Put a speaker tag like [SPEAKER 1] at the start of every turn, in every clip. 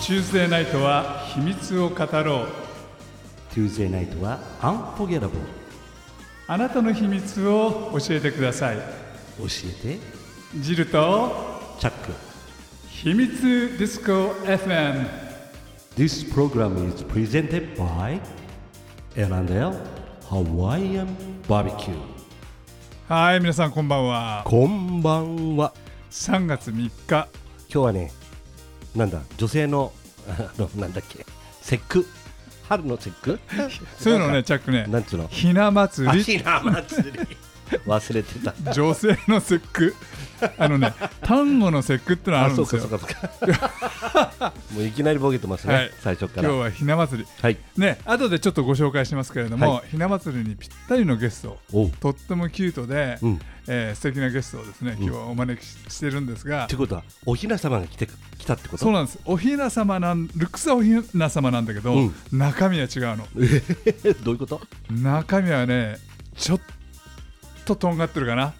[SPEAKER 1] チューズデーナイトは秘密を語ろう
[SPEAKER 2] Tuesday night は Unforgettable
[SPEAKER 1] あなたの秘密を教えてください
[SPEAKER 2] 教えて
[SPEAKER 1] ジルと
[SPEAKER 2] チャック
[SPEAKER 1] 秘密ディスコ FM
[SPEAKER 2] This program is presented by L&L Hawaiian Barbecue
[SPEAKER 1] はい皆さんこんばんは
[SPEAKER 2] こんばんは
[SPEAKER 1] 3月3日
[SPEAKER 2] 今日はねなんだ女性のあのなんだっけ節句春の節句
[SPEAKER 1] そういうの
[SPEAKER 2] な
[SPEAKER 1] ね
[SPEAKER 2] んか
[SPEAKER 1] チャックね
[SPEAKER 2] なんつうの
[SPEAKER 1] ひな祭り
[SPEAKER 2] ひな祭り忘れ てた
[SPEAKER 1] 女性の節句あ のね単語の節句ってのあるんですよ
[SPEAKER 2] そうかそうかそうか もういきなりボケてますね、
[SPEAKER 1] はい
[SPEAKER 2] 最初か
[SPEAKER 1] 今
[SPEAKER 2] ら
[SPEAKER 1] 日はひな祭り
[SPEAKER 2] はい
[SPEAKER 1] ね後でちょっとご紹介しますけれども、
[SPEAKER 2] は
[SPEAKER 1] ひな祭りにぴったりのゲスト
[SPEAKER 2] おう
[SPEAKER 1] とってもキュートで、
[SPEAKER 2] うん
[SPEAKER 1] えー素敵なゲストをですね今日はお招きししてるんですが、
[SPEAKER 2] ってことはおひな様が来て来たってこと
[SPEAKER 1] そうなんですおひな様なんルックスはおひな様なんだけど、
[SPEAKER 2] うん
[SPEAKER 1] 中身は違うの
[SPEAKER 2] どういうこと
[SPEAKER 1] 中身はねちょっととんがってるかな、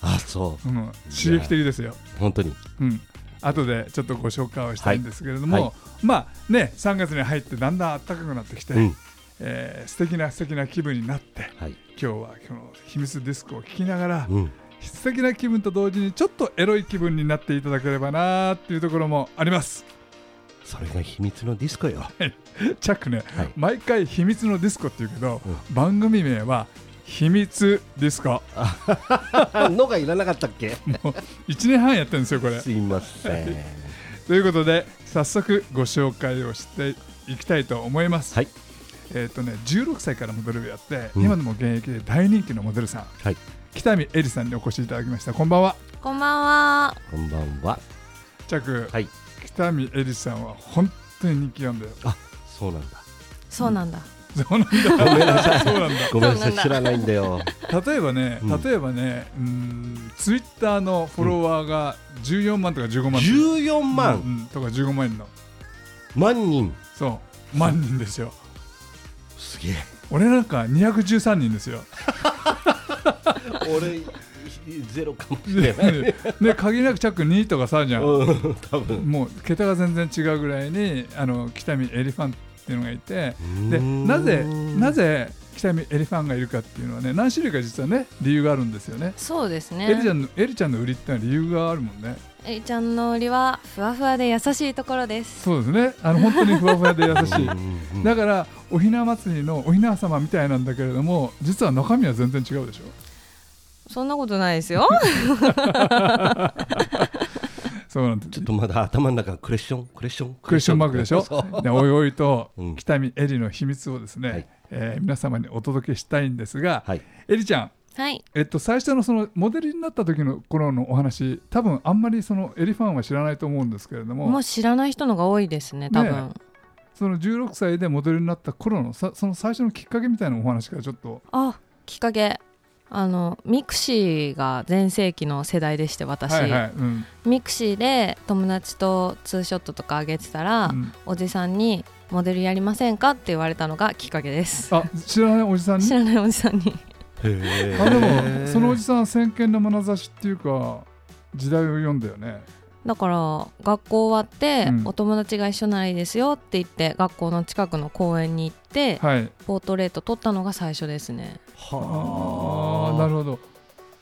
[SPEAKER 2] あそう
[SPEAKER 1] うん、刺激的ですよ、
[SPEAKER 2] 本当に
[SPEAKER 1] うん、後でちょっとご紹介をしたいんですけれども、
[SPEAKER 2] はいはい
[SPEAKER 1] まあね3月に入ってだんだん暖かくなってきて、
[SPEAKER 2] うん
[SPEAKER 1] えー素敵な素敵な気分になって
[SPEAKER 2] はい
[SPEAKER 1] 今日はこの秘密ディスクを聞きながら、
[SPEAKER 2] うん
[SPEAKER 1] 素敵な気分と同時にちょっとエロい気分になっていただければなーっていうところもあります
[SPEAKER 2] それが秘密のディスコよ
[SPEAKER 1] チャックね、
[SPEAKER 2] はい
[SPEAKER 1] 毎回秘密のディスコって言うけど、番組名は秘密ディスコ
[SPEAKER 2] あのがいらなかったっけ
[SPEAKER 1] もう1年半やってるんですよこれ
[SPEAKER 2] すいません
[SPEAKER 1] ということで早速ご紹介をしていきたいと思います、
[SPEAKER 2] はい
[SPEAKER 1] えっ、とね16歳からモデルをやって、
[SPEAKER 2] うん
[SPEAKER 1] 今でも現役で大人気のモデルさん
[SPEAKER 2] はい
[SPEAKER 1] 北見恵里さんにお越しいただきましたこんばんは
[SPEAKER 3] こんばんは。
[SPEAKER 2] こんばんは
[SPEAKER 1] チャック、
[SPEAKER 2] はい
[SPEAKER 1] 北見恵里さんは本当に人気なんだよ
[SPEAKER 2] あそうなんだ
[SPEAKER 3] そうなんだ。
[SPEAKER 1] そうなんだ。ごめん なさい。そうなん
[SPEAKER 2] ごめんなさい
[SPEAKER 3] そうなんだ
[SPEAKER 2] 知らないんだよ
[SPEAKER 1] だ。例えばね、
[SPEAKER 2] うん
[SPEAKER 1] 例えばね、うーん、ツイッターのフォロワーが14万とか15万。
[SPEAKER 2] 14
[SPEAKER 1] う
[SPEAKER 2] 万
[SPEAKER 1] んうんとか15万人の。
[SPEAKER 2] 万人
[SPEAKER 1] そう、万人ですよ。
[SPEAKER 2] すげえ
[SPEAKER 1] 俺なんか213人ですよ。
[SPEAKER 2] 俺ゼロかもしれない
[SPEAKER 1] で、で限りなくチャック2とかさじゃん。
[SPEAKER 2] うん多分
[SPEAKER 1] もう桁が全然違うぐらいに、あの北見エリファンっていうのがいて。で、
[SPEAKER 2] うーん
[SPEAKER 1] なぜ、なぜ北見エリファンがいるかっていうのはね、何種類か実はね、理由があるんですよね。
[SPEAKER 3] そうですね。
[SPEAKER 1] エリちゃんの、エリちゃんの売りってのは理由があるもんね。
[SPEAKER 3] えりちゃんの売りはふわふわで優しいところです。
[SPEAKER 1] そうですね。あの本当にふわふわで優し
[SPEAKER 2] うん
[SPEAKER 1] い。
[SPEAKER 2] うん
[SPEAKER 1] だからおひな祭りのおひな様みたいなんだけれども、実は中身は全然違うでしょ。
[SPEAKER 3] そんなことないですよ。
[SPEAKER 1] そうなんです。
[SPEAKER 2] ちょっとまだ頭の中クレッションクレッション
[SPEAKER 1] クエスチョンマークでしょ
[SPEAKER 2] そう。
[SPEAKER 1] でおいおいと
[SPEAKER 2] うん
[SPEAKER 1] 北見エリの秘密をですね、
[SPEAKER 2] はい
[SPEAKER 1] えー皆様にお届けしたいんですが、
[SPEAKER 2] はい
[SPEAKER 1] エリちゃん。
[SPEAKER 3] はい。
[SPEAKER 1] えっと、最初のそのモデルになった時の頃のお話多分あんまりそのエリファンは知らないと思うんですけれども
[SPEAKER 3] もう知らない人のが多いですね。多分。
[SPEAKER 1] ねその16歳でモデルになった頃のさその最初のきっかけみたいなお話からちょっと
[SPEAKER 3] あ、きっかけ。あのミクシーが全盛期の世代でして私、
[SPEAKER 1] はいはい、うん
[SPEAKER 3] ミクシーで友達とツーショットとかあげてたら、
[SPEAKER 1] うん
[SPEAKER 3] おじさんに「モデルやりませんか?」って言われたのがきっかけです
[SPEAKER 1] あ知らないおじさんに
[SPEAKER 3] 知らないおじさんに
[SPEAKER 2] へー
[SPEAKER 1] あでもそのおじさんは先見の眼差しっていうか時代を読んだよね
[SPEAKER 3] だから学校終わって、
[SPEAKER 1] うん
[SPEAKER 3] お友達が一緒ならいいですよって言って学校の近くの公園に行って、
[SPEAKER 1] はい
[SPEAKER 3] ポートレート撮ったのが最初ですね
[SPEAKER 1] ああ
[SPEAKER 2] は
[SPEAKER 1] なるほど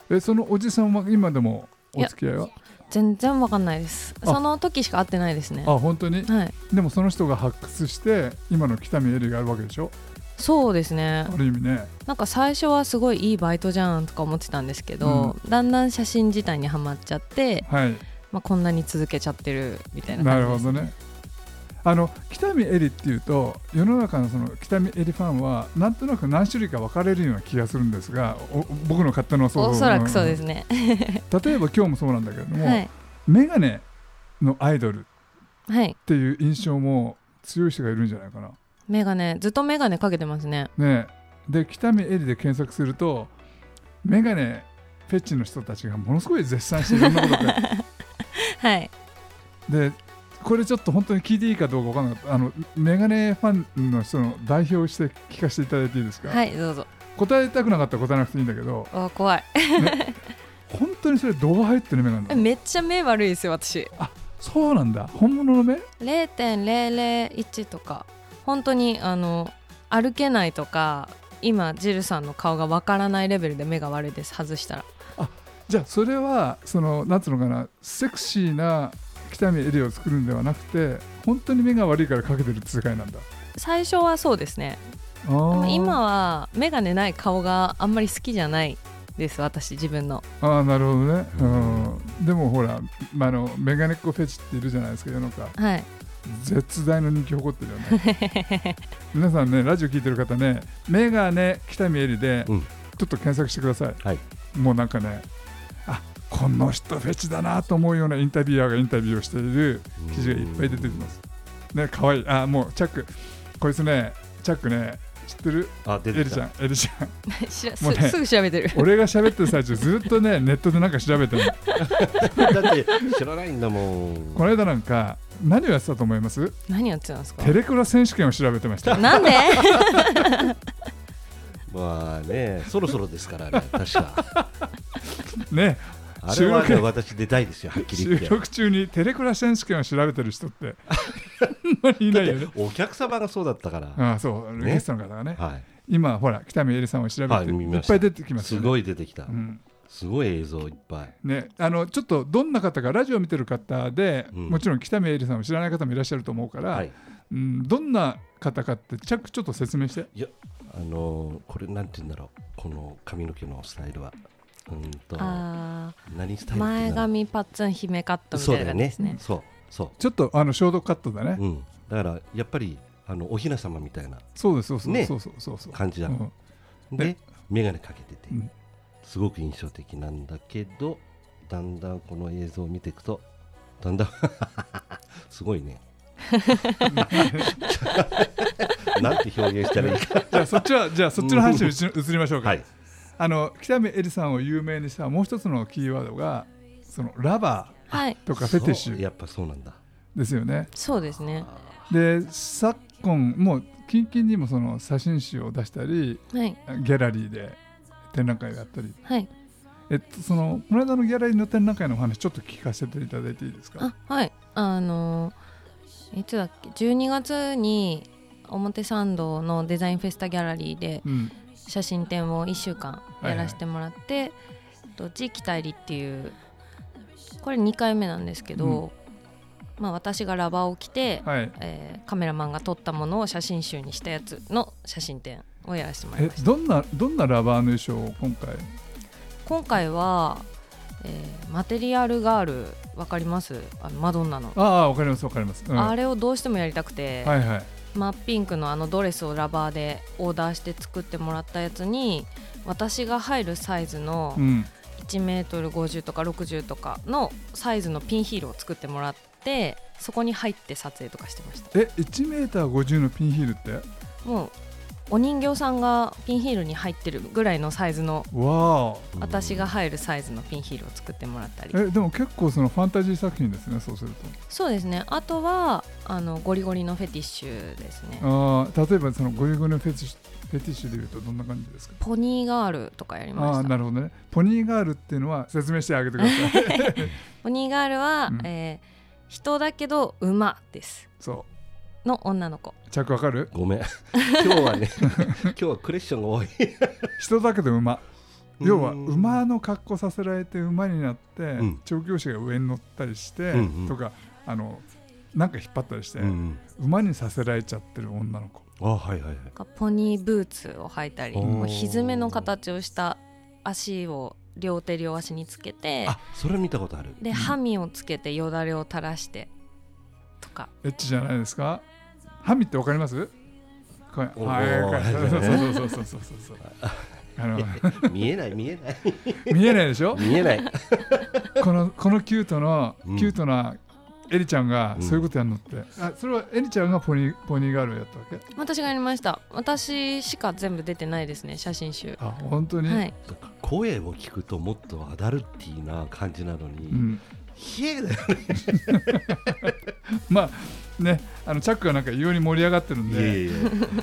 [SPEAKER 1] えそのおじさんは今でもお付き合いは
[SPEAKER 3] 全然わかんないです
[SPEAKER 1] あ
[SPEAKER 3] その時しか会ってないですね
[SPEAKER 1] あ本当に
[SPEAKER 3] はい
[SPEAKER 1] でもその人が発掘して今の北見エリがあるわけでしょ
[SPEAKER 3] そうですね
[SPEAKER 1] ある意味ね
[SPEAKER 3] なんか最初はすごいいいバイトじゃんとか思ってたんですけど、だんだん写真自体にはまっちゃって、
[SPEAKER 1] はい
[SPEAKER 3] まあ、こんなに続けちゃってるみたいな
[SPEAKER 1] な
[SPEAKER 3] 感
[SPEAKER 1] る
[SPEAKER 3] じで
[SPEAKER 1] ほ
[SPEAKER 3] す
[SPEAKER 1] どねあの北見エリっていうと世の中のその北見エリファンはなんとなく何種類か分かれるような気がするんですがお僕の勝手な想像
[SPEAKER 3] おそらくそうですすね、
[SPEAKER 1] 例えば今日もそうなんだけれども、
[SPEAKER 3] はい
[SPEAKER 1] メガネのアイドル
[SPEAKER 3] はい
[SPEAKER 1] っていう印象も強い人がいるんじゃないかな。
[SPEAKER 3] メガネずっとメガネかけてますね
[SPEAKER 1] ねえで北見エリで検索するとメガネフェチの人たちがものすごい絶賛していろんなことをやって
[SPEAKER 3] はい
[SPEAKER 1] でこれちょっと本当に聞いていいかどうかわからなかったあのメガネファンの人の代表をして聞かせていただいていいですか、
[SPEAKER 3] はいどうぞ
[SPEAKER 1] 答えたくなかったら答えなくていいんだけど
[SPEAKER 3] あ怖い
[SPEAKER 1] 本当にそれ動画入ってるメガネなの
[SPEAKER 3] めっちゃ目悪いですよ私
[SPEAKER 1] そうなんだ本物の目
[SPEAKER 3] 0.001とか本当にあの歩けないとか今ジルさんの顔がわからないレベルで目が悪いです外したら
[SPEAKER 1] じゃあそれはそのなんつうのかなセクシーな北見エリを作るんではなくて本当に目が悪いからかけてるって世界なんだ
[SPEAKER 3] 最初はそうですね
[SPEAKER 1] あー
[SPEAKER 3] 今は眼鏡ない顔があんまり好きじゃないです私自分の
[SPEAKER 1] あーなるほどね、うん、でもほら、まあ、あのメガネっ子フェチっているじゃないですか世の中
[SPEAKER 3] はい
[SPEAKER 1] 絶大な人気誇ってるよね 皆さんねラジオ聞いてる方ねメガネ北見エリで、
[SPEAKER 2] うん
[SPEAKER 1] ちょっと検索してください、
[SPEAKER 2] はい
[SPEAKER 1] もうなんかねあこの人フェチだなと思うようなインタビュアーがインタビューをしている記事がいっぱい出てきますね可愛いあもうチャックこいつねチャックね知ってる
[SPEAKER 2] あ出
[SPEAKER 1] エ
[SPEAKER 2] て
[SPEAKER 1] リ
[SPEAKER 2] き
[SPEAKER 1] ちゃ
[SPEAKER 2] た
[SPEAKER 1] んエリちゃん
[SPEAKER 3] 知らす
[SPEAKER 1] もうね
[SPEAKER 3] すぐ調べてる
[SPEAKER 1] 俺が喋ってる最中ずっとねネットでなんか調べてる
[SPEAKER 2] だって知らないんだもん
[SPEAKER 1] この間なんか何をやってたと思います
[SPEAKER 3] 何やってたんですか
[SPEAKER 1] テレクラ選手権を調べてま した
[SPEAKER 3] なんで
[SPEAKER 2] まあねそろそろですからね確 か
[SPEAKER 1] ね
[SPEAKER 2] あれ
[SPEAKER 1] 収
[SPEAKER 2] はね
[SPEAKER 1] 録
[SPEAKER 2] 私出たいですよはっきり言
[SPEAKER 1] 収
[SPEAKER 2] って
[SPEAKER 1] 録中にテレクラ選手権を調べてる人って あんまりいないよね。
[SPEAKER 2] お客様がそうだったから
[SPEAKER 1] ああそう、
[SPEAKER 2] ね
[SPEAKER 1] ゲストの方がね、
[SPEAKER 2] はい
[SPEAKER 1] 今ほら北見恵里さんを調べて、
[SPEAKER 2] はい
[SPEAKER 1] い、
[SPEAKER 2] 見ま
[SPEAKER 1] っ
[SPEAKER 2] した
[SPEAKER 1] ぱい出てきます
[SPEAKER 2] す
[SPEAKER 1] よね。
[SPEAKER 2] ごい出てきた
[SPEAKER 1] うん
[SPEAKER 2] すごい映像いっぱい
[SPEAKER 1] ね、あのちょっとどんな方かラジオ見てる方で、
[SPEAKER 2] うん
[SPEAKER 1] もちろん北見恵里さんを知らない方もいらっしゃると思うから、
[SPEAKER 2] はい
[SPEAKER 1] うん、どんな方かってちゃちょっと説明して
[SPEAKER 2] いやあのーこれなんて言うんだろうこの髪の毛のスタイルはうーんと
[SPEAKER 3] あ
[SPEAKER 2] 何スタ
[SPEAKER 3] ー
[SPEAKER 2] イルって言うんだ
[SPEAKER 3] 前
[SPEAKER 2] ろう
[SPEAKER 3] 髪パッツン姫カットみ
[SPEAKER 2] そ
[SPEAKER 3] た
[SPEAKER 2] う
[SPEAKER 3] い
[SPEAKER 2] だ
[SPEAKER 3] な
[SPEAKER 2] よ
[SPEAKER 3] 感じで
[SPEAKER 2] ね
[SPEAKER 3] すね
[SPEAKER 2] そうそ
[SPEAKER 1] ちょっとあの消毒カットだね、
[SPEAKER 2] ううんだからやっぱりあのお雛様みたいな
[SPEAKER 1] そうですそうそう、
[SPEAKER 2] ね
[SPEAKER 1] そうそうそうそう
[SPEAKER 2] 感じだ
[SPEAKER 1] うん
[SPEAKER 2] で眼鏡かけてて
[SPEAKER 1] うん
[SPEAKER 2] すごく印象的なんだけどだんだんこの映像を見ていくとだんだん すご いねなんて表現したらいいか
[SPEAKER 1] じゃあそっちはじゃあそっちの話に移り移りましょうか、
[SPEAKER 2] はい
[SPEAKER 1] あの北見恵里さんを有名にしたもう一つのキーワードがそのラバ
[SPEAKER 3] はい
[SPEAKER 1] ーとかフェティッシ
[SPEAKER 2] そう
[SPEAKER 1] ュ
[SPEAKER 2] やっぱそうなんだ
[SPEAKER 1] ですよね。
[SPEAKER 3] そうですね
[SPEAKER 1] で昨今もう近々にもその写真集を出したり
[SPEAKER 3] はい
[SPEAKER 1] ギャラリーで展覧会をやったり、
[SPEAKER 3] はい
[SPEAKER 1] えっと、そのこの間のギャラリーの展覧会のお話ちょっと聞かせていただいていいですか
[SPEAKER 3] あはいあのいつだっけ12月に表参道のデザインフェスタギャラリーで
[SPEAKER 1] うん
[SPEAKER 3] 写真展を1週間やらせてもらって「えっと地域大理」っていうこれ2回目なんですけど、まあ、私がラバーを着て、
[SPEAKER 1] はい、
[SPEAKER 3] えーカメラマンが撮ったものを写真集にしたやつの写真展をやらせてもらい
[SPEAKER 1] え
[SPEAKER 3] ました
[SPEAKER 1] どんなどんなラバーの衣装を今回
[SPEAKER 3] 今回は、えーマテリアルガール」わかりますあのマドンナの、
[SPEAKER 1] ああわかりますわかります、うん
[SPEAKER 3] あれをどうしてもやりたくて、
[SPEAKER 1] はいはい
[SPEAKER 3] マッピンクのあのドレスをラバーでオーダーして作ってもらったやつに私が入るサイズの
[SPEAKER 1] うん
[SPEAKER 3] 1メートル5 0とか60とかのサイズのピンヒールを作ってもらってそこに入って撮影とかしてました
[SPEAKER 1] え1メーター50のピンヒールって
[SPEAKER 3] もうお人形さんがピンヒールに入ってるぐらいのサイズの
[SPEAKER 1] わあ
[SPEAKER 3] 私が入るサイズのピンヒールを作ってもらったり
[SPEAKER 1] えでも結構そのファンタジー作品ですねそうすると
[SPEAKER 3] そうですねあとはあのゴリゴリのフェティッシュですね
[SPEAKER 1] あー例えばそのゴリゴリのフェティッシュフェティッシュでいうとどんな感じですか
[SPEAKER 3] ポニーガールとかやりま
[SPEAKER 1] ああー
[SPEAKER 3] した
[SPEAKER 1] なるほどねポニーガールっていうのは説明してあげてくださ い
[SPEAKER 3] ポニーガールは、
[SPEAKER 1] うん
[SPEAKER 3] えー人だけど馬です
[SPEAKER 1] そ
[SPEAKER 3] の女の子
[SPEAKER 1] う着わかる
[SPEAKER 2] ごめん今日はね今日はクレッションが多い
[SPEAKER 1] 人だけど馬要は
[SPEAKER 2] うん
[SPEAKER 1] 馬の格好させられて馬になって、
[SPEAKER 2] ん
[SPEAKER 1] 調教師が上に乗ったりして、
[SPEAKER 2] うんうん
[SPEAKER 1] とかあのなんか引っ張ったりして、
[SPEAKER 2] うん
[SPEAKER 1] 馬にさせられちゃってる女の子
[SPEAKER 2] あはいはいはい
[SPEAKER 3] なんかポニーブーツを履いたり
[SPEAKER 2] おー
[SPEAKER 3] こうひづめの形をした足を両手両足につけて
[SPEAKER 2] あそれ見たことある
[SPEAKER 3] でハミをつけてよだれを垂らしてとか
[SPEAKER 1] エッチじゃないですかハミってわかりますこれ
[SPEAKER 2] おー
[SPEAKER 1] はい
[SPEAKER 2] はい
[SPEAKER 1] はいそうそうそうそうそう そうそうあの
[SPEAKER 2] 見えない見 えない
[SPEAKER 1] 見えないでしょ
[SPEAKER 2] 見えない
[SPEAKER 1] このこのキュートの、
[SPEAKER 2] うん
[SPEAKER 1] キュートなエリちゃんが
[SPEAKER 2] うん
[SPEAKER 1] そういうことやるのって、あそれはエリちゃんがポニーポニーガールをやったわけ
[SPEAKER 3] 私がやりました私しか全部出てないですね写真集
[SPEAKER 1] あ本当に、
[SPEAKER 3] はい
[SPEAKER 2] なんか声を聞くともっとアダルティーな感じなの
[SPEAKER 1] う
[SPEAKER 2] に
[SPEAKER 1] ん、
[SPEAKER 2] 冷えだよ
[SPEAKER 1] まあねあのチャックがなんか異様に盛り上がってるん
[SPEAKER 2] ね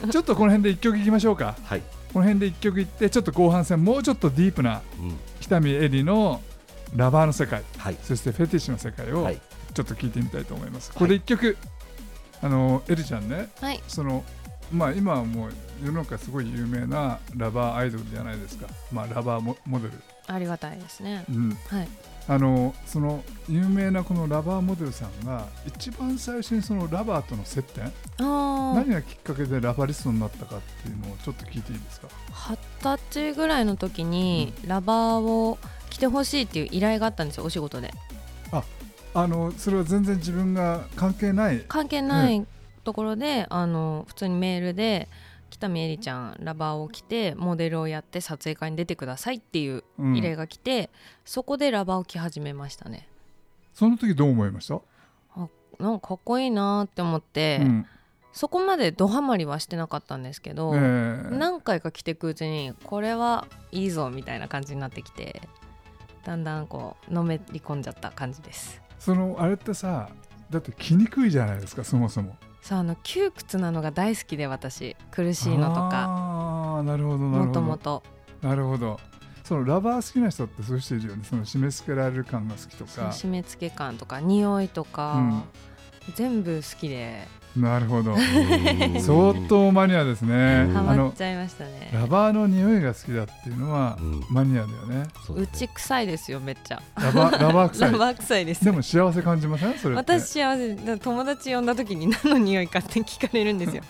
[SPEAKER 1] でちょっとこの辺で一曲いきましょうか
[SPEAKER 2] はい
[SPEAKER 1] この辺で一曲いってちょっと後半戦もうちょっとディープな
[SPEAKER 2] うん
[SPEAKER 1] 北見エリのラバーの世界
[SPEAKER 2] はい
[SPEAKER 1] そしてフェティッシュの世界を
[SPEAKER 2] はい
[SPEAKER 1] ちちょっと聞いてみたいと思います。これ一曲、あのエリちゃんね、
[SPEAKER 3] はい
[SPEAKER 1] そのまあ今はもう世の中すごい有名なラバーアイドルじゃないですか。まあラバーモモデル。
[SPEAKER 3] ありがたいですね
[SPEAKER 1] うん。
[SPEAKER 3] はい
[SPEAKER 1] あのその有名なこのラバーモデルさんが一番最初にそのラバーとの接点、
[SPEAKER 3] あ
[SPEAKER 1] 何がきっかけでラバリストになったかっていうのをちょっと聞いていいですか。
[SPEAKER 3] あ二十歳ぐらいの時にラバーを着てほしいっていう依頼があったんですよお仕事で
[SPEAKER 1] あのそれは全然自分が関係ない。
[SPEAKER 3] 関係ないところで、あの普通にメールで北見えりちゃんラバーを着てモデルをやって撮影会に出てくださいっていう
[SPEAKER 1] うん
[SPEAKER 3] 依頼が来て、そこでラバーを着始めましたね
[SPEAKER 1] その時どう思いました？
[SPEAKER 3] なんかかっこいいなーって思って、
[SPEAKER 1] うん。
[SPEAKER 3] そこまでドハマりはしてなかったんですけど、
[SPEAKER 1] ええ
[SPEAKER 3] 何回か着てくうちにこれはいいぞみたいな感じになってきてだんだんこうのめり込んじゃった感じです
[SPEAKER 1] そのあれってさだって着にくいじゃないですかそもそも
[SPEAKER 3] そうあの窮屈なのが大好きで私苦しいのとか
[SPEAKER 1] ああーなるほどなるほ
[SPEAKER 3] もと
[SPEAKER 1] ど
[SPEAKER 3] もと
[SPEAKER 1] なるほどそのラバー好きな人ってそうしているよねその締め付けられる感が好きと
[SPEAKER 3] そう
[SPEAKER 1] か
[SPEAKER 3] 締め付け感とか匂いとか、全部好きで
[SPEAKER 1] なるほど
[SPEAKER 2] うん
[SPEAKER 1] 相当マニアですね
[SPEAKER 2] うん
[SPEAKER 3] ハ
[SPEAKER 1] あ
[SPEAKER 3] マっ
[SPEAKER 1] の
[SPEAKER 3] ちゃいましたね
[SPEAKER 1] ラバーの匂いが好きだっていうのは
[SPEAKER 2] うん
[SPEAKER 1] マニアだよね
[SPEAKER 2] そうう
[SPEAKER 3] ち臭いですよめっちゃ
[SPEAKER 1] ラバ ーラバー臭
[SPEAKER 3] ラ
[SPEAKER 1] い
[SPEAKER 3] バー臭いです
[SPEAKER 1] でも幸せ感じませんそれって
[SPEAKER 3] 私幸せだから友達呼んだ時に何の匂いかって聞かれるんですよ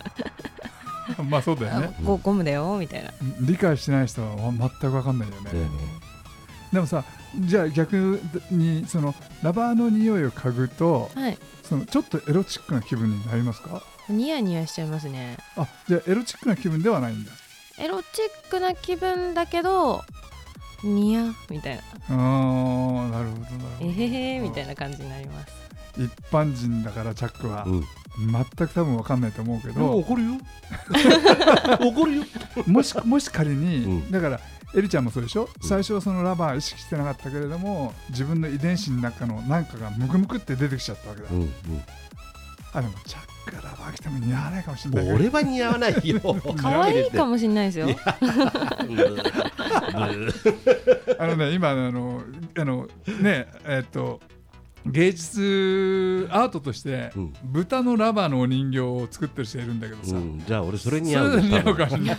[SPEAKER 1] まあそうだよ
[SPEAKER 3] あ
[SPEAKER 1] ね
[SPEAKER 3] ゴゴムだよみたいな
[SPEAKER 1] 理解しない人は全く分かんないよね
[SPEAKER 2] だよね
[SPEAKER 1] でもさじゃあ逆にそのラバーの匂いを嗅ぐと
[SPEAKER 3] はい
[SPEAKER 1] そのちょっとエロチックな気分になりますか
[SPEAKER 3] ニヤニヤしちゃいますね
[SPEAKER 1] あじゃあエロチックな気分ではないんだ
[SPEAKER 3] エロチックな気分だけどニヤみたいな
[SPEAKER 1] あーなるほどなるほ
[SPEAKER 3] え
[SPEAKER 1] ど
[SPEAKER 3] へへみたいな感じになります
[SPEAKER 1] 一般人だからチャックは
[SPEAKER 2] うん
[SPEAKER 1] 全く多分分かんないと思うけ
[SPEAKER 2] でも
[SPEAKER 1] ど
[SPEAKER 2] 怒 るよ怒るよ
[SPEAKER 1] もしもし仮に、
[SPEAKER 2] うん
[SPEAKER 1] だからエリちゃんもそうでしょ、
[SPEAKER 2] うん
[SPEAKER 1] 最初はそのラバー意識してなかったけれども自分の遺伝子の中の何かがムクムクって出てきちゃったわけだ、
[SPEAKER 2] うんうん
[SPEAKER 1] あでもチャックがラバー来ても似合わないかもしれないけど
[SPEAKER 2] 俺は似合わない よ
[SPEAKER 3] 可愛いかもしれないですよ
[SPEAKER 2] いやうん
[SPEAKER 1] あのね、今、あの、あの、ね、えっと。芸術アートとして、
[SPEAKER 2] うん
[SPEAKER 1] 豚のラバーのお人形を作ってる人いるんだけどさ。
[SPEAKER 2] うんじゃあ俺それ似合う
[SPEAKER 1] それ似
[SPEAKER 2] よ
[SPEAKER 1] 合うかもしれない。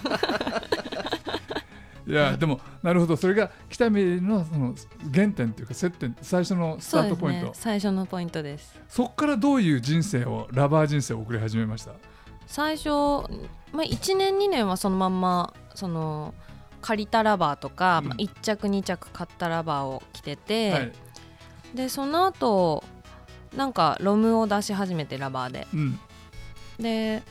[SPEAKER 1] いやでもなるほどそれが北見のその原点というか接点最初のスタ
[SPEAKER 3] そう
[SPEAKER 1] ー
[SPEAKER 3] で
[SPEAKER 1] ト
[SPEAKER 3] す
[SPEAKER 1] ポイン
[SPEAKER 3] ね
[SPEAKER 1] トそ,、
[SPEAKER 3] 最初のポイントです
[SPEAKER 1] こからどういう人生をラバー人生を送り始めました
[SPEAKER 3] 最初、まあ、1年2年はそのまんまその借りたラバーとか、
[SPEAKER 1] うん
[SPEAKER 3] まあ1着2着買ったラバーを着てて、
[SPEAKER 1] はい、
[SPEAKER 3] でその後なんかロムを出し始めてラバーで
[SPEAKER 1] うん
[SPEAKER 3] で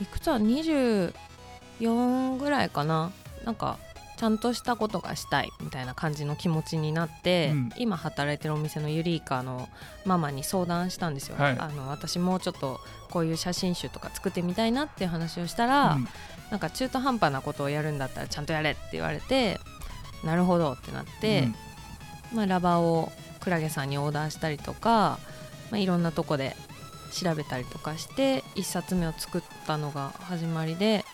[SPEAKER 3] いくつは24ぐらいかななんかちゃんとしたことがしたいみたいな感じの気持ちになって、
[SPEAKER 1] うん
[SPEAKER 3] 今働いてるお店のユリイカのママに相談したんですよ、
[SPEAKER 1] はい
[SPEAKER 3] あの私もうちょっとこういう写真集とか作ってみたいなっていう話をしたら、
[SPEAKER 1] うん
[SPEAKER 3] なんか中途半端なことをやるんだったらちゃんとやれって言われてなるほどってなって、
[SPEAKER 1] うん
[SPEAKER 3] まあ、ラバーをクラゲさんにオーダーしたりとか、まあ、いろんなとこで調べたりとかして1冊目を作ったのが始まりで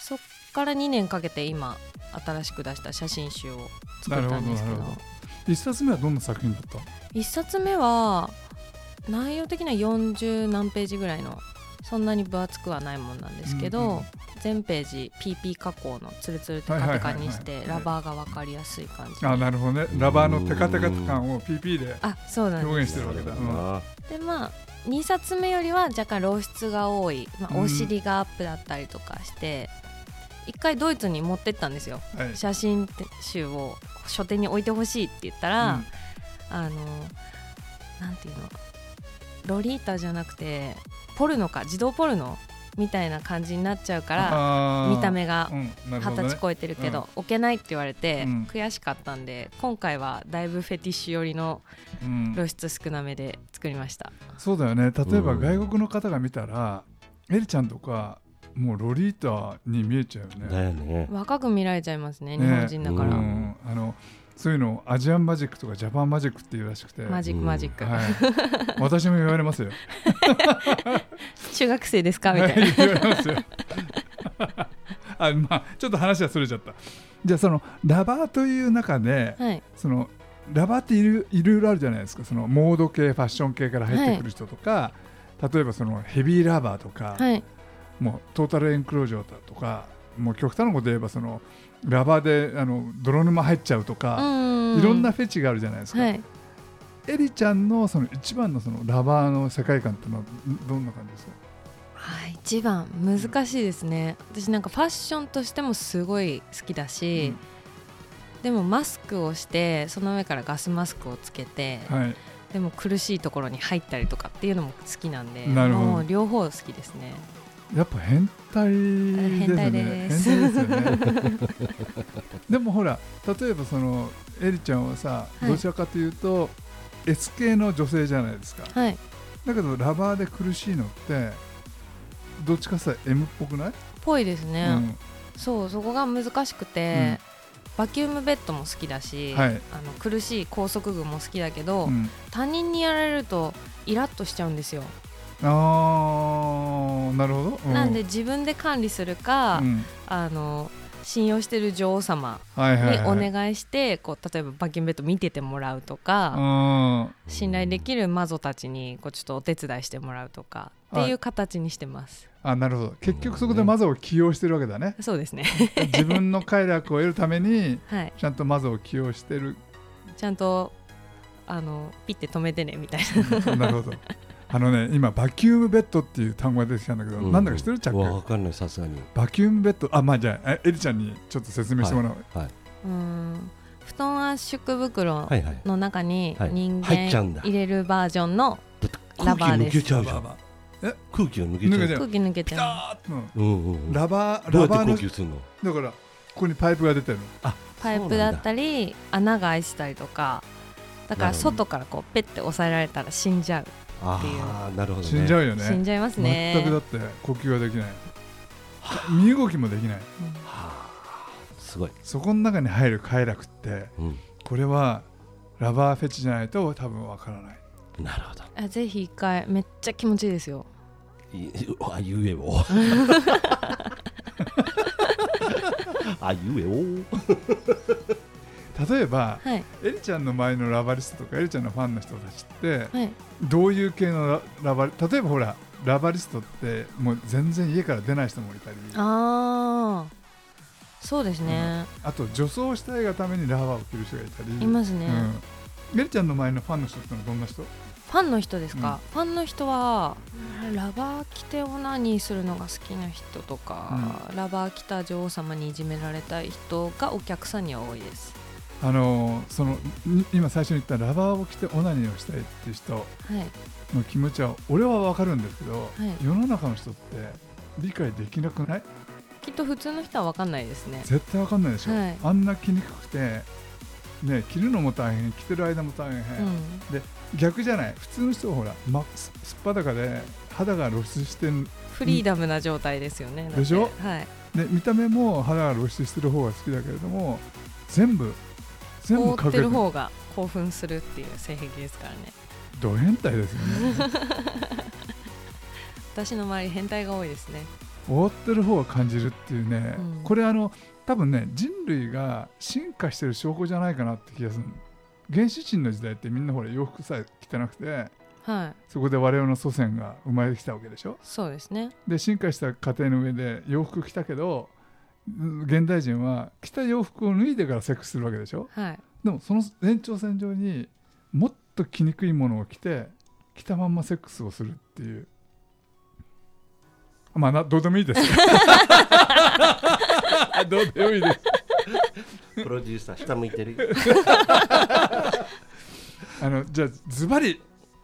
[SPEAKER 3] そっから2年かけて今新しく出した写真集を作ったんですけど
[SPEAKER 1] なるほどなる一冊目はどんな作品だった
[SPEAKER 3] 1冊目は内容的には40何ページぐらいのそんなに分厚くはないもんなんですけど、
[SPEAKER 1] うんうん
[SPEAKER 3] 全ページ PP 加工のツルツルテカテカにしてラバーが分かりやすい感じ
[SPEAKER 1] あなるほどねラバーのテカテカ感を PP で
[SPEAKER 3] あそうなんです
[SPEAKER 1] 表現してるわけだ、うん
[SPEAKER 3] でまあ2冊目よりは若干露出が多い、まあ、
[SPEAKER 1] うん
[SPEAKER 3] お尻がアップだったりとかして、一回ドイツに持ってったんですよ
[SPEAKER 1] はい
[SPEAKER 3] 写真集を書店に置いてほしいって言ったら、あのなんていうのロリータじゃなくてポルノか児童ポルノみたいな感じになっちゃうか
[SPEAKER 1] ら
[SPEAKER 3] ら見た目が
[SPEAKER 1] 二
[SPEAKER 3] 二十歳超えてるけど置けないって言われて、
[SPEAKER 1] うん
[SPEAKER 3] 悔しかったんで今回はだいぶフェティッシュ寄りの
[SPEAKER 1] うん
[SPEAKER 3] 露出少なめで作りました。
[SPEAKER 1] そうだよね例えば
[SPEAKER 2] うん
[SPEAKER 1] 外国の方が見たら、エリちゃんとかもうロリータに見えちゃうよね
[SPEAKER 2] だよね
[SPEAKER 3] 若く見られちゃいますね
[SPEAKER 1] ね
[SPEAKER 3] 日本人だから、
[SPEAKER 1] う
[SPEAKER 2] うん
[SPEAKER 1] んあのそういうのをアジアンマジックとかジャパンマジックっていうらしくて
[SPEAKER 3] マジック
[SPEAKER 2] うん
[SPEAKER 3] マジック、
[SPEAKER 1] はい、私も言われ ますよ
[SPEAKER 3] 中学生ですかみ
[SPEAKER 1] は
[SPEAKER 3] たいない
[SPEAKER 1] 言われますよ あまあちょっと話はそれちゃったじゃあそのラバーという中で
[SPEAKER 3] はい
[SPEAKER 1] そのラバーっているいろいろあるじゃないですかそのモード系ファッション系から入ってくる人とか、例えばそのヘビーラバーとか、
[SPEAKER 3] はい
[SPEAKER 1] もうトータルエンクロージョーだとかもう極端なこと言えばそのラバーであの泥沼入っちゃうと
[SPEAKER 3] う
[SPEAKER 1] か、
[SPEAKER 3] ん
[SPEAKER 1] いろんなフェチがあるじゃないですか、
[SPEAKER 3] はい
[SPEAKER 1] エリちゃんのその一番のそのラバーの世界観ってのはどんな感じですか
[SPEAKER 3] はい一番難しいですね私なんかファッションとしてもすごい好きだし、でもマスクをしてその上からガスマスクをつけて、
[SPEAKER 1] はい、
[SPEAKER 3] でも苦しいところに入ったりとかっていうのも好きなんで
[SPEAKER 1] なるほど
[SPEAKER 3] もう両方好きですね
[SPEAKER 1] やっぱ変態ですよね
[SPEAKER 3] 変態です
[SPEAKER 1] 変態ですよねでもほら例えばそのエリちゃんはさ
[SPEAKER 3] はい
[SPEAKER 1] どちらかというと、S 系の女性じゃないですか
[SPEAKER 3] はい
[SPEAKER 1] だけどラバーで苦しいのってどっちかさ M っぽくない、
[SPEAKER 3] ぽいですね、
[SPEAKER 1] うん
[SPEAKER 3] そうそこが難しくて、バキュームベッドも好きだし、
[SPEAKER 1] はい
[SPEAKER 3] あの苦しい拘束具も好きだけど、
[SPEAKER 1] うん
[SPEAKER 3] 他人にやられるとイラッとしちゃうんですよ、
[SPEAKER 1] あーなるほど、う
[SPEAKER 3] なんで自分で管理するか、
[SPEAKER 1] うん
[SPEAKER 3] あの信用してる女王様
[SPEAKER 1] はい
[SPEAKER 3] に
[SPEAKER 1] はいはい、
[SPEAKER 3] お願いしてこう例えばバキュームベッド見ててもらうとか、
[SPEAKER 1] うん
[SPEAKER 3] 信頼できる魔女たちにこうちょっとお手伝いしてもらうとかっていう形にしてます、
[SPEAKER 1] あなるほど結局そこでマザーを起用してるわけだね
[SPEAKER 3] そうですね
[SPEAKER 1] 自分の快楽を得るために
[SPEAKER 3] はい
[SPEAKER 1] ちゃんとマザーを起用してる
[SPEAKER 3] ちゃんとあのピッて止めてねみたい
[SPEAKER 1] なるほど。あのね、今バキュームベッドっていう単語が出てきたんだけど、なんだか知ってるチャッ
[SPEAKER 2] わ
[SPEAKER 1] ク。
[SPEAKER 2] かんない、さすがに。
[SPEAKER 1] バキュームベッド、あ、まあ、じゃあ、えエリちゃんにちょっと説明してもらおう。
[SPEAKER 2] はい。
[SPEAKER 3] なうん布団圧縮袋
[SPEAKER 2] はいはい。
[SPEAKER 3] の中に
[SPEAKER 2] はい
[SPEAKER 3] 人間
[SPEAKER 2] 入っちゃうんだ
[SPEAKER 3] 入れるバージョンの
[SPEAKER 2] だって空
[SPEAKER 3] ラ
[SPEAKER 2] 気
[SPEAKER 3] バーで
[SPEAKER 2] 抜
[SPEAKER 3] す
[SPEAKER 2] けちゃうじゃ
[SPEAKER 1] ラ
[SPEAKER 2] ん。
[SPEAKER 1] バー
[SPEAKER 2] 空気が抜けちゃ
[SPEAKER 1] 抜
[SPEAKER 2] う
[SPEAKER 1] け
[SPEAKER 2] じ
[SPEAKER 1] ちゃ
[SPEAKER 2] ゃん。
[SPEAKER 1] う
[SPEAKER 3] 空気抜
[SPEAKER 1] ピ
[SPEAKER 3] けてる
[SPEAKER 1] ターッと
[SPEAKER 2] うんうんうん。ど
[SPEAKER 1] ラバー、
[SPEAKER 2] うや
[SPEAKER 1] ラ
[SPEAKER 2] って
[SPEAKER 1] バー
[SPEAKER 2] 呼
[SPEAKER 1] の、
[SPEAKER 2] 吸するの
[SPEAKER 1] だから、ここにパイプが出てるの。
[SPEAKER 3] パイプだったり穴が開いてたりとかだから外からこうペッて押さえられたら死んじゃう、
[SPEAKER 2] ああ、なるほどね。
[SPEAKER 1] 死んじゃ
[SPEAKER 2] う。
[SPEAKER 1] うよね。
[SPEAKER 3] 死んじゃいますね
[SPEAKER 1] 全くだって、呼吸ができない。身動きもできない。
[SPEAKER 2] すごい。
[SPEAKER 1] そこの中に入る快楽って、
[SPEAKER 2] うん。
[SPEAKER 1] これは。ラバーフェチじゃないと、多分わからない。
[SPEAKER 2] なるほど。
[SPEAKER 3] あぜひ一回めっちゃ気持ちいいですよ
[SPEAKER 2] いあゆえ お。あゆえお。
[SPEAKER 1] 例えば、
[SPEAKER 3] はい
[SPEAKER 1] エリちゃんの周りのラバリストとかエリちゃんのファンの人たちって
[SPEAKER 3] はい
[SPEAKER 1] どういう系のララバリ例えばほらラバリストってもう全然家から出ない人もいたりあ
[SPEAKER 3] ああそうですね、
[SPEAKER 1] と女装したいがためにラバーを着る人がいたり
[SPEAKER 3] いますね、
[SPEAKER 1] うん、エリちゃんの周りのファンの人ってのはどんな人
[SPEAKER 3] ファンの人ですか、ファンの人はラバー着てオナニーするのが好きな人とか、ラバー着た女王様にいじめられたい人がお客さんには多いです
[SPEAKER 1] あのーそのに今最初に言ったラバーを着てオナニーをしたいっていう人
[SPEAKER 3] はい
[SPEAKER 1] の気持ちは俺は分かるんですけど、
[SPEAKER 3] い
[SPEAKER 1] 世の中の人って理解できなくない
[SPEAKER 3] きっと普通の人は分かんないですね
[SPEAKER 1] 絶対わかんないでしょ、
[SPEAKER 3] はい
[SPEAKER 1] あんな着にくくて、ね、着るのも大変着てる間も大変、
[SPEAKER 3] うん
[SPEAKER 1] 逆じゃない普通の人はほら、ま、すすっぱだかで肌が露出してん
[SPEAKER 3] フリーダムな状態ですよねだって
[SPEAKER 1] でしょ
[SPEAKER 3] はい
[SPEAKER 1] で見た目も肌が露出してる方が好きだけれども全部全部
[SPEAKER 3] 覆
[SPEAKER 1] 隠
[SPEAKER 3] っ
[SPEAKER 1] れ
[SPEAKER 3] て
[SPEAKER 1] て
[SPEAKER 3] る方が興奮するっていう性癖ですからね
[SPEAKER 1] ド変態ですよね
[SPEAKER 3] 私の周り変態が多いですね
[SPEAKER 1] 覆ってる方が感じるっていうね、
[SPEAKER 3] うん
[SPEAKER 1] これあの多分ね人類が進化してる証拠じゃないかなって気がする原始人の時代ってみんなほら洋服さえ着てなくて
[SPEAKER 3] はい
[SPEAKER 1] そこで我々の祖先が生まれてきたわけでしょ
[SPEAKER 3] そうですね
[SPEAKER 1] で進化した過程の上で洋服着たけどうん現代人は着た洋服を脱いでからセックスするわけでしょ
[SPEAKER 3] はい
[SPEAKER 1] でもその延長線上にもっと着にくいものを着て着たまんまセックスをするっていうまあなどうでもいいです どうでもいいです
[SPEAKER 2] プロデューサー下向いてる。
[SPEAKER 1] あのじゃあズバリ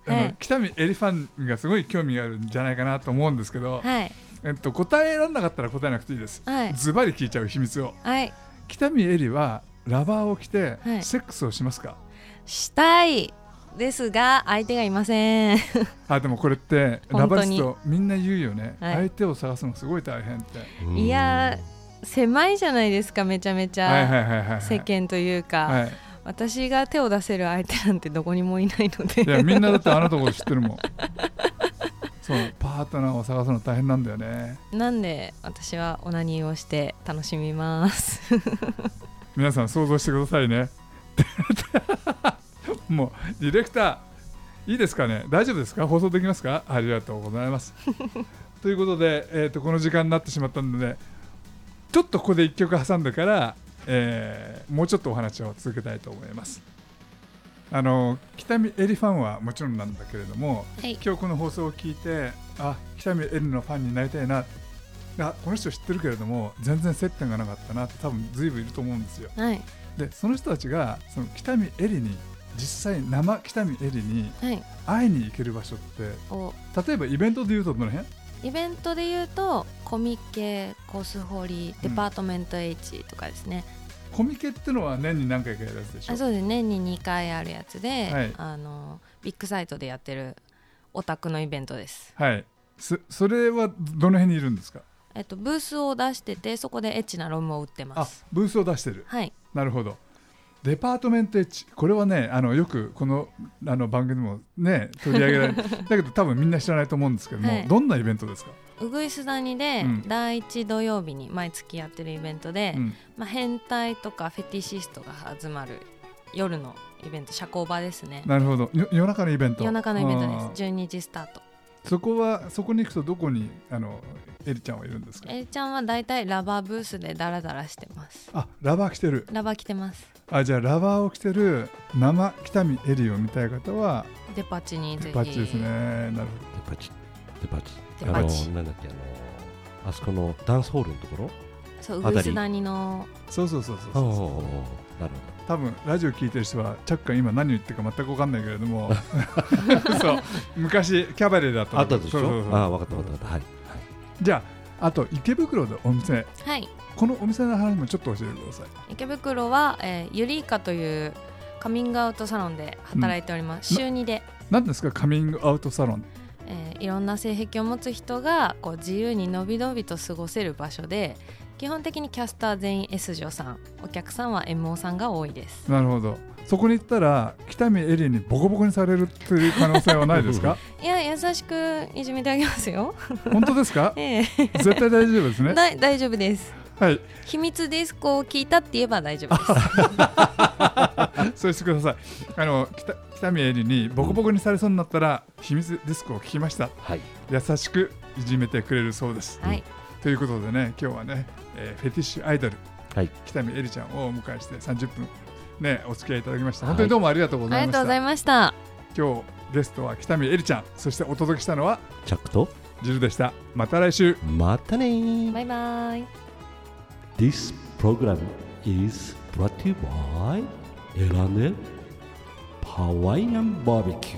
[SPEAKER 1] あの、
[SPEAKER 3] はい
[SPEAKER 1] 北見エリファンがすごい興味があるんじゃないかなと思うんですけど、
[SPEAKER 3] はい
[SPEAKER 1] えっと、答えられなかったら答えなくていいです、
[SPEAKER 3] はい
[SPEAKER 1] ズバリ聞いちゃう秘密を
[SPEAKER 3] はい
[SPEAKER 1] 北見エリはラバーを着て
[SPEAKER 3] はい
[SPEAKER 1] セックスをしますか、
[SPEAKER 3] したいですが相手がいません
[SPEAKER 1] あでもこれってラ
[SPEAKER 3] 本
[SPEAKER 1] バ
[SPEAKER 3] 当
[SPEAKER 1] ース
[SPEAKER 3] に
[SPEAKER 1] トみんな言うよね、
[SPEAKER 3] はい
[SPEAKER 1] 相手を探すのすごい大変って
[SPEAKER 3] いや狭いじゃないですかめちゃめちゃ、
[SPEAKER 1] はいはいはいはいはい
[SPEAKER 3] 世間というか、
[SPEAKER 1] はい
[SPEAKER 3] 私が手を出せる相手なんてどこにもいないので
[SPEAKER 1] いやみんなだってあなたのこと知ってるもんそうパートナーを探すの大変なんだよね
[SPEAKER 3] なんで私はオナニーをして楽しみます
[SPEAKER 1] 皆さん想像してくださいね もうディレクターいいですかね大丈夫ですか放送できますかありがとうございますということで、えー、とこの時間になってしまったので、ね、ちょっとここで1曲挟んでから、えーもうちょっとお話を続けたいと思いますあの北見エリファンはもちろんなんだけれども
[SPEAKER 3] はい
[SPEAKER 1] 今日この放送を聞いてあ北見エリのファンになりたいなあこの人知ってるけれども全然接点がなかったなって多分ずいぶんいると思うんですよ
[SPEAKER 3] はい
[SPEAKER 1] でその人たちがその北見エリに実際生北見エリに
[SPEAKER 3] はい
[SPEAKER 1] 会いに行ける場所って
[SPEAKER 3] お
[SPEAKER 1] 例えばイベントで言うとどの辺
[SPEAKER 3] イベントで言うとコミケコスホリデパートメント H とかですね、
[SPEAKER 1] コミケってのは年に何回かやるやつでしょ
[SPEAKER 3] あそうです年に2回あるやつで、
[SPEAKER 1] はい
[SPEAKER 3] あのビッグサイトでやってるオタクのイベントです、
[SPEAKER 1] はいそそれはどの辺にいるんですか
[SPEAKER 3] えっと、ブースを出しててそこでエッチなロムを売ってま
[SPEAKER 1] あ
[SPEAKER 3] す
[SPEAKER 1] ブースを出してる
[SPEAKER 3] はい
[SPEAKER 1] なるほどデパートメント H これはねあのよくこのあの番組でもね取り上げられる だけど多分みんな知らないと思うんですけども、
[SPEAKER 3] はい
[SPEAKER 1] どんなイベントですか、
[SPEAKER 3] うぐいす谷で、
[SPEAKER 1] うん
[SPEAKER 3] 第1土曜日に毎月やってるイベントで、
[SPEAKER 1] うん
[SPEAKER 3] まあ、変態とかフェティシストが集まる夜のイベント社交場ですね
[SPEAKER 1] なるほどよ夜中のイベント
[SPEAKER 3] 夜中のイベント
[SPEAKER 1] あー
[SPEAKER 3] です12時スタート
[SPEAKER 1] そこはそこに行くとどこにあのエリちゃんはいるんですか
[SPEAKER 3] えりちゃんはだいたいラバーブースでダラダラしてます
[SPEAKER 1] あラバー着てる
[SPEAKER 3] ラバー着てます
[SPEAKER 1] あじゃあラバーを着てる生北見エリを見たい方は
[SPEAKER 3] デパ地にぜひ
[SPEAKER 1] バッチですねなる
[SPEAKER 2] デパチデパチ
[SPEAKER 3] デパチ
[SPEAKER 2] あのなんだっけあのあそこのダンスホールのところ
[SPEAKER 3] そう
[SPEAKER 2] あ
[SPEAKER 3] ウ
[SPEAKER 2] た
[SPEAKER 3] グ
[SPEAKER 2] り
[SPEAKER 3] ス谷の
[SPEAKER 1] ほどそうそうそうそう
[SPEAKER 2] あああああ
[SPEAKER 1] そう
[SPEAKER 2] あなる
[SPEAKER 1] 多分ラジオ聞いてる人はチャックが今何を言ってるか全く分かんないけれど もそう昔キャバレーだっ
[SPEAKER 2] ほ
[SPEAKER 1] たの
[SPEAKER 2] どあったでし
[SPEAKER 1] そうそうそ
[SPEAKER 2] ょ
[SPEAKER 1] う
[SPEAKER 2] ああわかったわかったわかったはい
[SPEAKER 1] じゃああと池袋でお店
[SPEAKER 3] はい
[SPEAKER 1] このお店の話もちょっと教えてください
[SPEAKER 3] 池袋は、えーユリイカというカミングアウトサロンで働いております、
[SPEAKER 1] うん
[SPEAKER 3] 週2で、
[SPEAKER 1] 何ですかカミングアウトサロン
[SPEAKER 3] えーいろんな性癖を持つ人がこう自由にのびのびと過ごせる場所で基本的にキャスター全員 S 女さんお客さんは MO さんが多いです
[SPEAKER 1] なるほどそこに行ったら北見エリにボコボコにされるっていう可能性はないです か
[SPEAKER 3] いや優しくいじめてあげますよ
[SPEAKER 1] 本当ですか
[SPEAKER 3] ええ
[SPEAKER 1] 絶対大丈夫ですね
[SPEAKER 3] だ大丈夫です
[SPEAKER 1] はい
[SPEAKER 3] 秘密ディスコを聞いたって言えば大丈 夫です
[SPEAKER 1] そうしてくださいあの北北見エリにボコボコにされそうになったら秘密ディスクを聞きました
[SPEAKER 2] はい
[SPEAKER 1] 優しくいじめてくれるそうです、
[SPEAKER 3] はい
[SPEAKER 1] ということでね今日はね、えーフェティッシュアイドル
[SPEAKER 2] はい
[SPEAKER 1] 北見エリちゃんをお迎えして30分ねお付き合いいただきました本当にどうもありがとうご
[SPEAKER 3] あ
[SPEAKER 1] ざ
[SPEAKER 3] り
[SPEAKER 1] いまし
[SPEAKER 3] がと
[SPEAKER 1] た、
[SPEAKER 3] うございました
[SPEAKER 1] 今日ゲストは北見エリちゃんそしてお届けしたのは
[SPEAKER 2] チャックと
[SPEAKER 1] ジルでしたまた来週
[SPEAKER 2] またねー
[SPEAKER 3] バイバイ
[SPEAKER 2] This program is brought to you by Elanet Hawaiian Barbecue.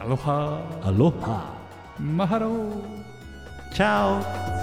[SPEAKER 1] アロハ
[SPEAKER 2] Aloha.
[SPEAKER 1] マハロー
[SPEAKER 2] Ciao.